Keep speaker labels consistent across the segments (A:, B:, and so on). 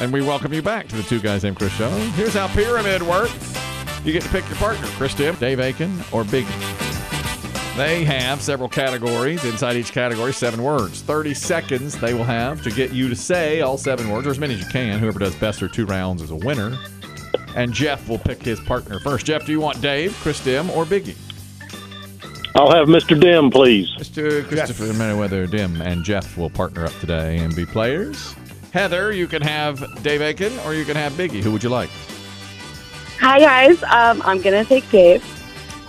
A: And we welcome you back to the Two Guys Named Chris show. Here's how pyramid works. You get to pick your partner, Chris Tim, Dave Aiken, or Big. They have several categories. Inside each category, seven words. 30 seconds they will have to get you to say all seven words, or as many as you can. Whoever does best or two rounds is a winner. And Jeff will pick his partner first. Jeff, do you want Dave, Chris Dim, or Biggie?
B: I'll have Mr. Dim, please.
A: Mr. Christopher Meriwether Dim and Jeff will partner up today and be players. Heather, you can have Dave Aiken or you can have Biggie. Who would you like?
C: Hi guys, um, I'm gonna take Dave.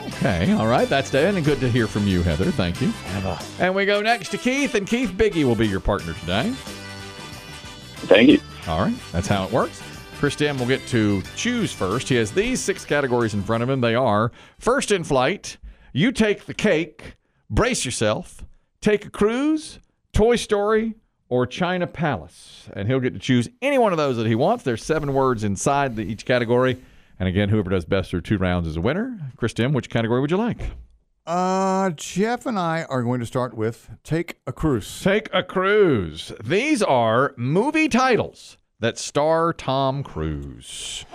A: Okay, all right, that's Dave, and good to hear from you, Heather. Thank you. And we go next to Keith, and Keith Biggie will be your partner today.
B: Thank you.
A: All right, that's how it works. Chris Dim will get to choose first. He has these six categories in front of him. They are first in flight, you take the cake, brace yourself, take a cruise, Toy Story, or China Palace. And he'll get to choose any one of those that he wants. There's seven words inside the, each category. And again, whoever does best through two rounds is a winner. Chris Dim, which category would you like?
D: Uh, Jeff and I are going to start with Take a Cruise.
A: Take a cruise. These are movie titles that star Tom Cruise.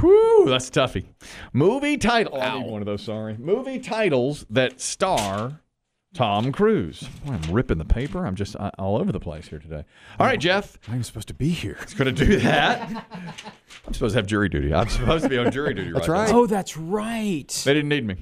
A: Whew, that's a toughie. Movie title. I need one of those. Sorry. Movie titles that star Tom Cruise. Boy, I'm ripping the paper. I'm just uh, all over the place here today. All right, Jeff.
D: I'm supposed to be here.
A: It's going to do that. I'm supposed to have jury duty. I'm supposed to be on jury duty.
D: That's
A: right. now.
D: right.
E: Oh, that's right.
A: They didn't need me.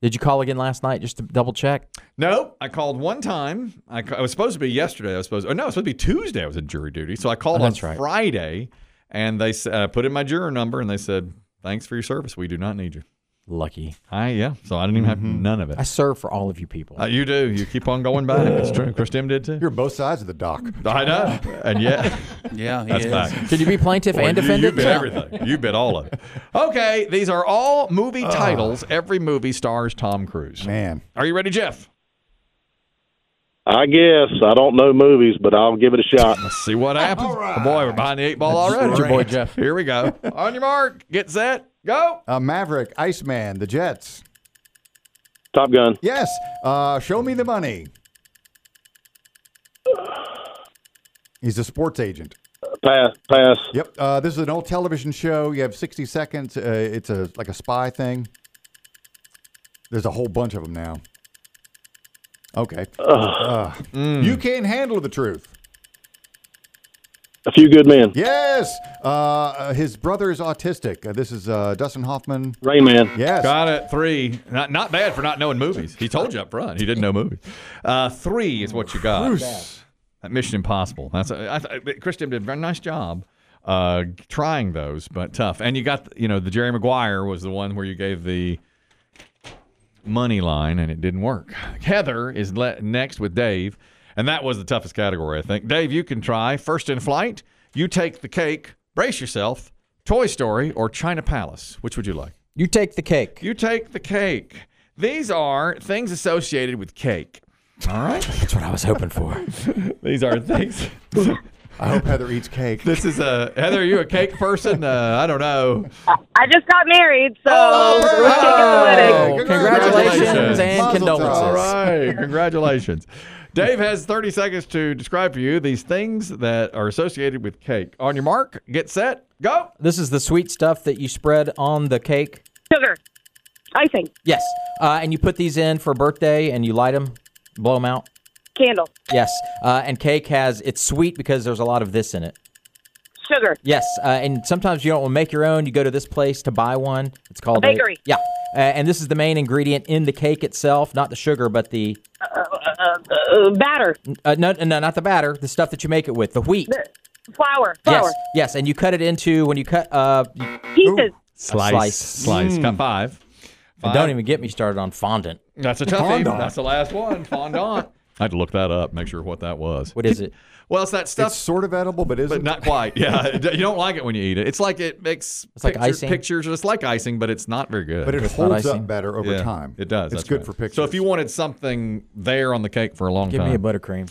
E: Did you call again last night just to double check?
A: No, I called one time. I, ca- it was supposed to be yesterday. I was supposed, or no, it was supposed to be Tuesday. I was in jury duty, so I called
E: Oh,
A: on
E: that's right.
A: Friday, and they s- uh, put in my juror number, and they said, "Thanks for your service. We do not need you."
E: Lucky.
A: I yeah. So I didn't even have none of it.
E: Mm-hmm. I serve for all of you people.
A: Uh, you do. You keep on going back. it's true. Chris Dim did too.
D: You're both sides of the dock.
A: I know. And yeah,
F: Yeah, he
A: that's
F: is.
A: back.
E: Could you be plaintiff
A: Boy,
E: and
A: you-
E: defendant?
A: You bit everything. You bit all of it. Okay, these are all movie titles. Every movie stars Tom Cruise.
D: Man.
A: Are you ready, Jeff?
B: I guess I don't know movies, but I'll give it a shot.
A: Let's see what happens. Oh, boy, we're behind the eight ball already.
E: your boy, Jeff.
A: Here we go. On your mark, get set, go.
D: Uh, Maverick, Iceman, The Jets.
B: Top Gun.
D: Yes. Uh, show me the money. He's a sports agent.
B: Pass. Pass.
D: Yep. Uh, this is an old television show. You have 60 seconds. Uh, it's a like a spy thing. There's a whole bunch of them now. Okay. Ugh. You can't handle the truth.
B: A few good men.
D: Yes. Uh, Uh, his brother is autistic. Uh, this is uh, Dustin Hoffman.
B: Rayman.
D: Yes.
A: Got it. Three. Not not bad for not knowing movies. He told you up front he didn't know movies. Uh, three is what you got. That Mission Impossible. That's a, I, th- Chris Dim did a very nice job uh, trying those, but tough. And you got you know the Jerry Maguire was the one where you gave the money line and it didn't work. Heather is le- next with Dave, and that was the toughest category I think. Dave, you can try first in flight. You take the cake. Brace yourself. Toy Story or China Palace. Which would you like?
E: You take the cake.
A: You take the cake. These are things associated with cake. All right.
E: That's what I was hoping for.
A: These are things.
D: I hope Heather eats cake.
A: this is a Heather. Are you a cake person? Uh, I don't know.
C: I just got married, so we're taking the wedding.
E: Oh,
D: Congratulations.
E: congratulations and
D: Mazel tov.
E: condolences.
A: All right. Congratulations. Dave has 30 seconds to describe for you these things that are associated with cake. On your mark, get set, go.
E: This is the sweet stuff that you spread on the cake.
C: Sugar, icing,
E: Yes. Uh, and you put these in for birthday and you light them, blow them out.
C: candle,
E: Yes. Uh, and cake has, it's sweet because there's a lot of this in it.
C: sugar,
E: Yes. Uh, and sometimes you don't make your own. You go to this place to buy one. It's called
C: A bakery.
E: yeah. Uh, and this is the main ingredient in the cake itself, not the sugar, but the,
C: uh, batter,
E: uh, no, no, not the batter, the stuff that you make it with, the wheat.
C: flour, flour,
E: Yes. Yes. And you cut it into, when you cut, uh, you-
C: pieces,
A: Slice.
E: Slice. Mm.
A: Slice. Got five. Five.
E: don't even get me started on fondant.
A: That's a toughie. That's the last one. Fondant. I had to look that up, make sure what that was.
E: What is it?
A: Well, it's that stuff
D: It's sort of edible, but isn't.
A: But not quite. Yeah, you don't like it when you eat it. It's like it makes
E: It's like
A: picture-
E: icing.
A: pictures. It's like icing, but it's not very good.
D: but it
E: not
D: holds
E: icing.
D: up better over
A: Yeah,
D: time.
A: It does.
D: It's
A: that's
D: good
A: right.
D: for pictures.
A: So if you wanted something there on the cake for a long
E: Give
A: time,
E: me a buttercream.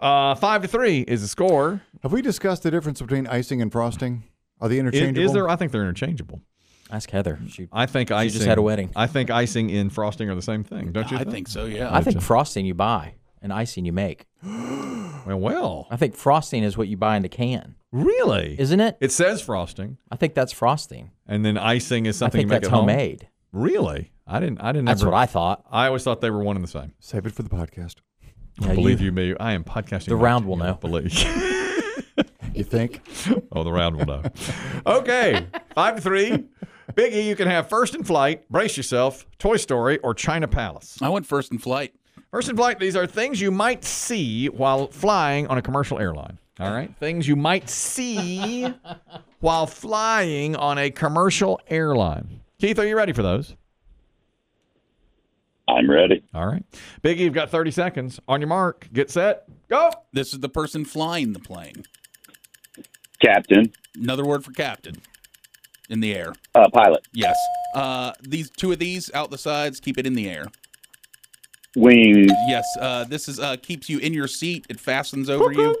A: uh, five to three is the score.
D: have we discussed the difference between icing and frosting? Are they
A: Is,
D: interchangeable?
A: is there? I think they're interchangeable.
E: Ask Heather. She,
A: Mm, I think icing.
E: just had a wedding.
A: I think icing and frosting are the same thing. Don't you?
F: I
A: think?
F: think so. Yeah.
E: I think frosting you buy. and icing you make.
A: Well, well,
E: I think frosting is what you buy in the can,
A: really?
E: isn't it?
A: It says frosting,
E: I think that's frosting.
A: and then icing is
E: I
A: something
E: think
A: you make
E: that's
A: at home.
E: homemade.
A: Really? I didn't. I didn't.
E: That's
A: ever,
E: what I thought.
A: I always thought they were one and the same.
D: Save it for the podcast.
E: Yeah,
A: believe you, me, I am podcasting.
E: The round will
A: now.
E: know.
A: Believe.
D: You think?
A: oh, the round will know. Okay, five to three. Biggie, you can have first in flight. Brace yourself. Toy Story or China Palace.
F: I went first in flight.
A: First in flight. These are things you might see while flying on a commercial airline. All right, things you might see while flying on a commercial airline. Keith, are you ready for those?
G: I'm ready.
A: All right, Biggie, you've got thirty seconds. On your mark, get set, go.
F: This is the person flying the plane.
G: Captain,
F: Another word for captain in the air.
G: uh, pilot,
F: Yes. Uh, these two of these out the sides keep it in the air.
G: wings,
F: Yes. Uh, this is uh, keeps you in your seat. It fastens over you.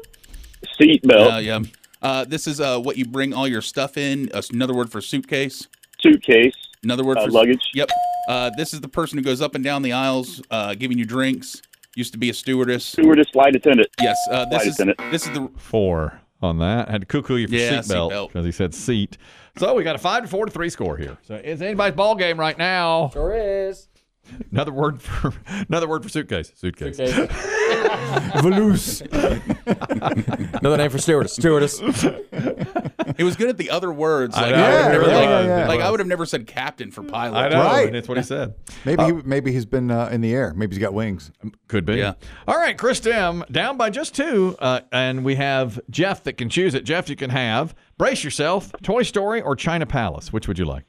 G: seatbelt,
F: Uh, yeah. Uh, this is uh, what you bring all your stuff in. Uh, another word for suitcase.
G: suitcase,
F: Another word
G: Uh,
F: for
G: luggage.
F: Yep. Uh, this is the person who goes up and down the aisles, uh, giving you drinks. Used to be a stewardess.
G: stewardess, flight attendant.
F: Yes. Uh, this
G: Flight
F: is
G: attendant.
F: this is the
A: four on that. Had to cuckoo you for
F: Yeah,
A: seatbelt
F: seatbelt.
A: because he said seat. So we got a five to four to three score here. So it's anybody's ball game right now.
E: Sure is.
A: Another word for another word for suitcase. Suitcase.
D: Valoose.
E: Another name for stewardess. Stewardess.
F: It was good at the other words. Like,
A: know,
F: I, would have
D: it
F: never,
D: really
F: like,
D: was. It
F: like, I would have never said captain for pilot.
A: I know,
D: Right.
A: and that's what he said.
D: Maybe he, maybe he's been uh, in the air. Maybe he's got wings.
A: Could be.
F: Yeah.
A: All right, Chris Dem down by just two, uh, and we have Jeff that can choose it. Jeff, you can have brace yourself, Toy Story or China Palace. Which would you like?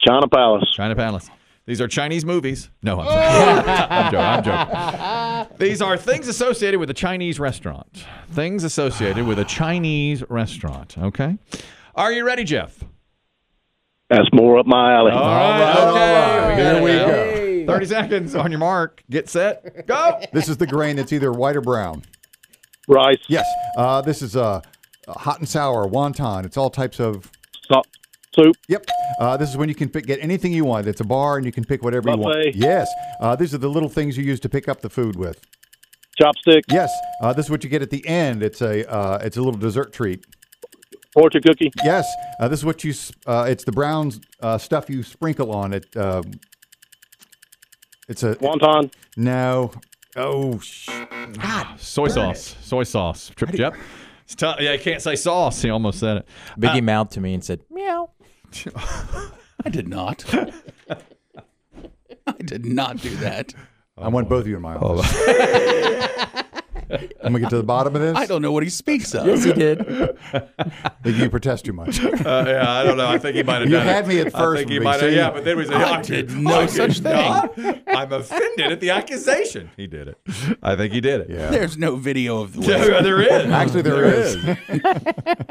B: China Palace.
A: China Palace. These are Chinese movies. No, I'm sorry. I'm joking. I'm joking. These are things associated with a Chinese restaurant. Things associated with a Chinese restaurant. Okay. Are you ready, Jeff?
B: That's more up my alley.
D: right, all
A: got
D: right. Here
A: it
D: we
A: now.
D: go.
A: 30 seconds on your mark. Get set. Go.
D: This is the grain that's either white or brown.
B: Rice,
D: Yes. Uh, this is uh, hot and sour, wonton. It's all types of.
B: salt, soup,
D: Yep. Uh, this is when you can pick, get anything you want. It's a bar and you can pick whatever you want.
B: Buffet.
D: Yes. Uh, these are the little things you use to pick up the food with.
B: chopstick,
D: Yes. Uh, this is what you get at the end. It's a uh, it's a little dessert treat.
B: fortune cookie,
D: Yes. Uh, this is what you. s- Uh, it's the brown uh, stuff you sprinkle on it. Uh, it's a
B: wonton,
D: no. Oh, sh-
A: Soy sauce. Soy sauce. Trip Jep. It's tough. Yeah, I can't say sauce. He almost said it.
E: Biggie mouthed to Ah. me and said, meow.
F: I did not. I did not do that.
D: I want both of you in my office. I'm gonna get to the bottom of this.
F: I don't know what he speaks of.
E: Yes, he did.
D: think you protest too much.
A: Uh, yeah, I don't know. I think he might have
D: You
A: done
D: had
A: it.
D: me at
A: I
D: first,
A: think he
D: Big
A: might have.
D: C.
A: Yeah, but then we said, "Oh, I
F: did no such thing.
A: thing. I'm offended at the accusation. He did it. I think he did it.
D: Yeah.
F: There's no video of the way.
A: Yeah, there is.
D: Actually, there is.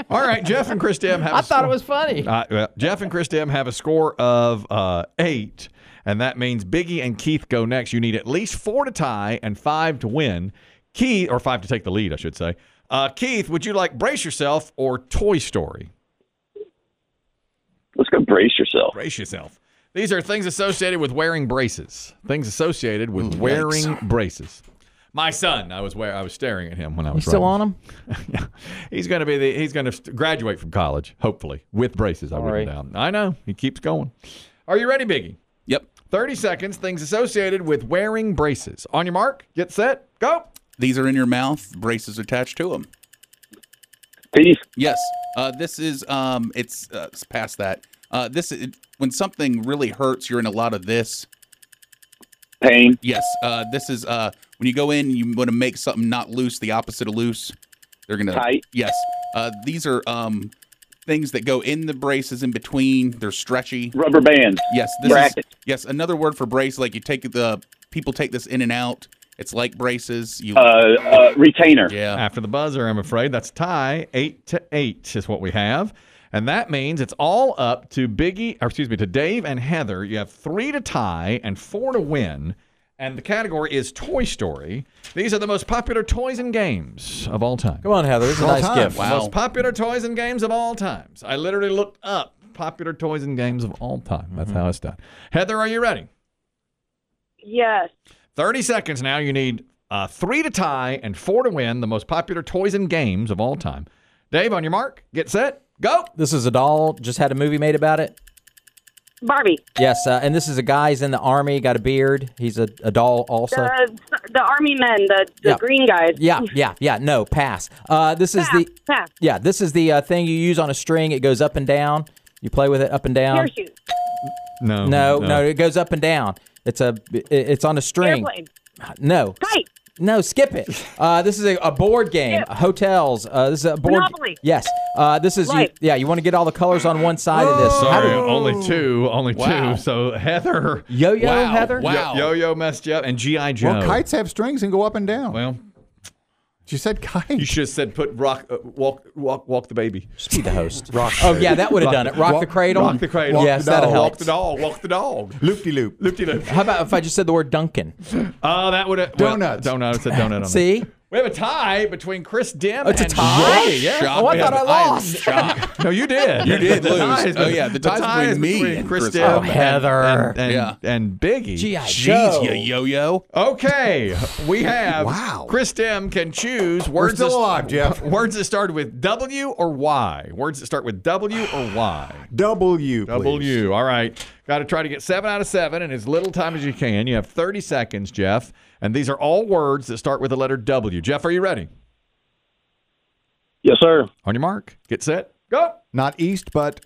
A: All right, Jeff and Chris Dem have.
E: I
A: a
E: thought
A: score-
E: it was funny.
A: Uh, well, Jeff and Chris Dem have a score of uh, eight, and that means Biggie and Keith go next. You need at least four to tie and five to win. Keith, or five to take the lead, I should say. Uh, Keith, would you like brace yourself or Toy Story?
G: Let's go brace yourself.
A: Brace yourself. These are things associated with wearing braces. Things associated with
E: Mm,
A: wearing braces. My son, I was where I was staring at him when I
E: You
A: was
E: still
A: writing.
E: on him?
A: yeah. He's going to be the, he's going to graduate from college, hopefully, with braces. I wrote it down. I know. He keeps going. Are you ready, Biggie?
F: Yep.
A: 30 seconds, things associated with wearing braces. On your mark, get set, go.
F: These are in your mouth. Braces attached to them.
G: Teeth,
F: Yes. Uh, this is um. It's, uh, it's past that. Uh, this is when something really hurts. You're in a lot of this.
G: pain,
F: Yes. Uh, this is uh when you go in. You want to make something not loose. The opposite of loose. They're gonna
G: Tight.
F: Yes. Uh, these are um things that go in the braces in between. They're stretchy.
G: rubber bands,
F: Yes, this is,
G: Bracket.
F: yes, another word for brace. Like you take the people take this in and out. It's like braces. You
G: uh, uh, retainer,
F: yeah.
A: After the buzzer, I'm afraid that's tie. Eight to eight is what we have. And that means it's all up to Biggie, or excuse me, to Dave and Heather. You have three to tie and four to win. And the category is Toy Story. These are the most popular toys and games of all time.
E: Come on, Heather. It's a
D: All
E: nice
D: time.
E: gift.
F: Wow.
A: Most popular toys and games of all times. I literally looked up popular toys and games of all time. That's
E: Hmm.
A: how it's done. Heather, are you ready?
C: Yes.
A: 30 seconds now. You need Uh, three to tie and four to win the most popular toys and games of all time. Dave, on your mark, get set, go.
E: This is a doll. Just had a movie made about it.
C: Barbie.
E: Yes, uh, and this is a guy. He's in the army. Got a beard. He's a, a doll also.
C: The, the army men, the, the
E: Yeah.
C: green guys.
E: yeah, yeah, yeah. No, pass. Uh, this is
C: Pass,
E: the
C: pass.
E: yeah. This is the uh, thing you use on a string. It goes up and down. You play with it up and down.
C: Parachute.
A: No,
E: No, no, it goes up and down. It's a it- it's on a string.
C: Airplane.
E: No,
C: Kite.
E: No, skip it. Uh, this is a, a board game. Hotels. Uh, this is a board.
C: Monopoly.
E: Yes. Uh, this is you,
C: Life.
E: yeah. You want to get all the colors on one side of this. How
A: Sorry,
E: do-
A: only two, only
F: Wow.
A: two. So Heather,
E: Yo-yo,
F: Wow,
E: Heather.
F: wow.
A: Yo Yo messed you up, and GI Joe.
D: Well, kites have strings and go up and down.
A: Well,
D: she said kite.
A: you should have said put rock, uh, walk, walk, walk the baby.
E: Just be the host. Rock. Oh yeah, that would have done it. Rock the cradle.
A: Rock the cradle.
E: Yes,
D: the
E: that'll
D: dog.
E: help.
A: Walk the dog. Walk the dog.
D: Loop de loop.
A: Loop de loop.
E: How about if I just said the word Duncan?
A: Oh, that would have
D: Donuts.
A: Well, donut. It's a donut. On
E: See? Oh,
A: we have a tie between Chris Dim.
E: It's a
A: and
E: tie?
A: Jay. Yeah.
F: Shocked,
E: Oh, I
F: man.
E: thought I
F: am
E: lost.
F: shocked.
A: No, you did.
F: You did
A: The
F: lose.
A: tie is-
F: Oh, yeah, the tie's
A: tie
F: between
A: is
F: me
A: between
F: and
A: Chris
F: Chris
A: Dim.
F: Dim.
A: and-
E: Heather.
A: and, and,
F: Yeah.
A: and Biggie.
E: G.I. Joe.
F: Jeez, you yo-yo.
A: Okay, we have.
D: Wow.
A: Chris Dim can choose
D: We're
A: words.
D: still
A: that-
D: alive, Jeff.
A: Words that start with W or Y. Words that start with W or Y.
D: W. please.
A: W. All right. Got to try to get seven out of seven in as little time as you can. You have 30 seconds, Jeff. And these are all words that start with the letter W. Jeff, are you ready?
B: Yes, sir.
A: On your mark, get set, go.
D: Not east, but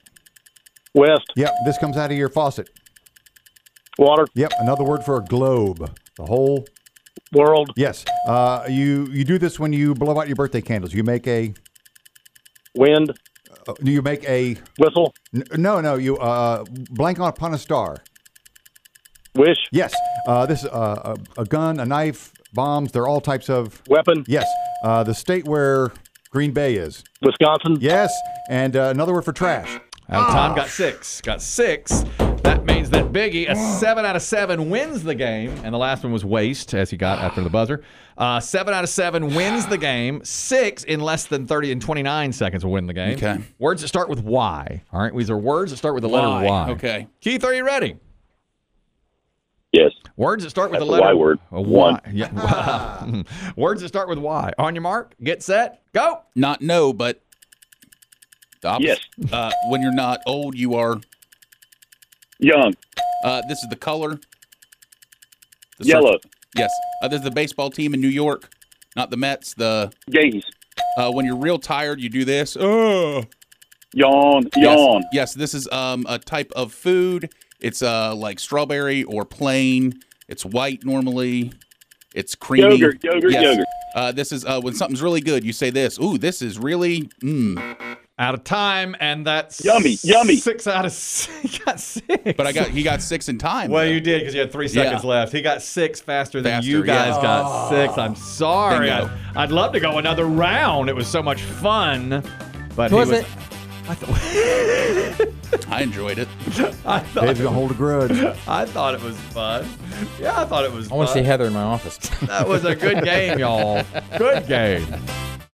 B: West,
D: yep. This comes out of your faucet.
B: water,
D: Yep. Another word for a globe. The whole.
B: world,
D: Yes. Uh, you you do this when you blow out your birthday candles. You make a.
B: wind,
D: Uh, you make a.
B: whistle,
D: n- No, no. You uh, blank on upon a star.
B: wish,
D: Yes. Uh, this uh, a, a gun, a knife, bombs. They're all types of.
B: weapon,
D: Yes. Uh, the state where Green Bay is.
B: Wisconsin,
D: Yes. And uh, another word for trash.
A: Out
F: Ah.
A: of time, Uh, got six. Got six. That means that Biggie, a
F: Ah.
A: seven out of seven, wins the game. And the last one was waste, as he got after the buzzer. Uh, seven out of seven wins the game. Six in less than 30 and 29 seconds will win the game.
F: Okay.
A: Words that start with Y. All right. These are words that start with the letter
F: Y,
A: Y.
F: okay.
A: Keith, are you ready?
G: Yes.
A: Words that start with
G: That's
A: the
G: a
A: letter
G: Y word.
A: A
G: One.
A: Y. Yeah. Words that start with Y. On your mark, get set, go.
F: Not no, but the opposite.
G: Yes.
F: Uh, when you're not old, you are.
G: Young.
F: Uh, this is the color. The
G: Yellow.
F: circle. Yes. Uh, there's the baseball team in New York, not the Mets. The
G: Yankees.
F: uh, when you're real tired, you do this. Oh.
G: Yawn. Yawn.
F: Yes. yes, this is um, a type of food. It's uh, like strawberry or plain. It's white normally. It's creamy.
G: Yogurt, yogurt, yogurt.
F: Uh, this is uh, when something's really good. You say this. Ooh, this is really. Mm.
A: Out of time, and that's
G: Yummy, yummy.
A: Six out of six. He got six.
F: But I got he got six in time.
A: Well,
F: though.
A: you did because you had three seconds left. He got six faster than
F: Faster,
A: you guys
F: yeah. Oh.
A: got six. I'm sorry.
F: Bingo.
A: I, would love to go another round. It was so much fun. But he
E: Was
A: was-
E: it?
F: I enjoyed it.
A: I thought,
D: Dave's gonna hold a grudge.
A: I thought it was fun. Yeah, I thought it was
E: I want to
A: fun.
E: see Heather in my office.
A: That was a good game, y'all. Good game.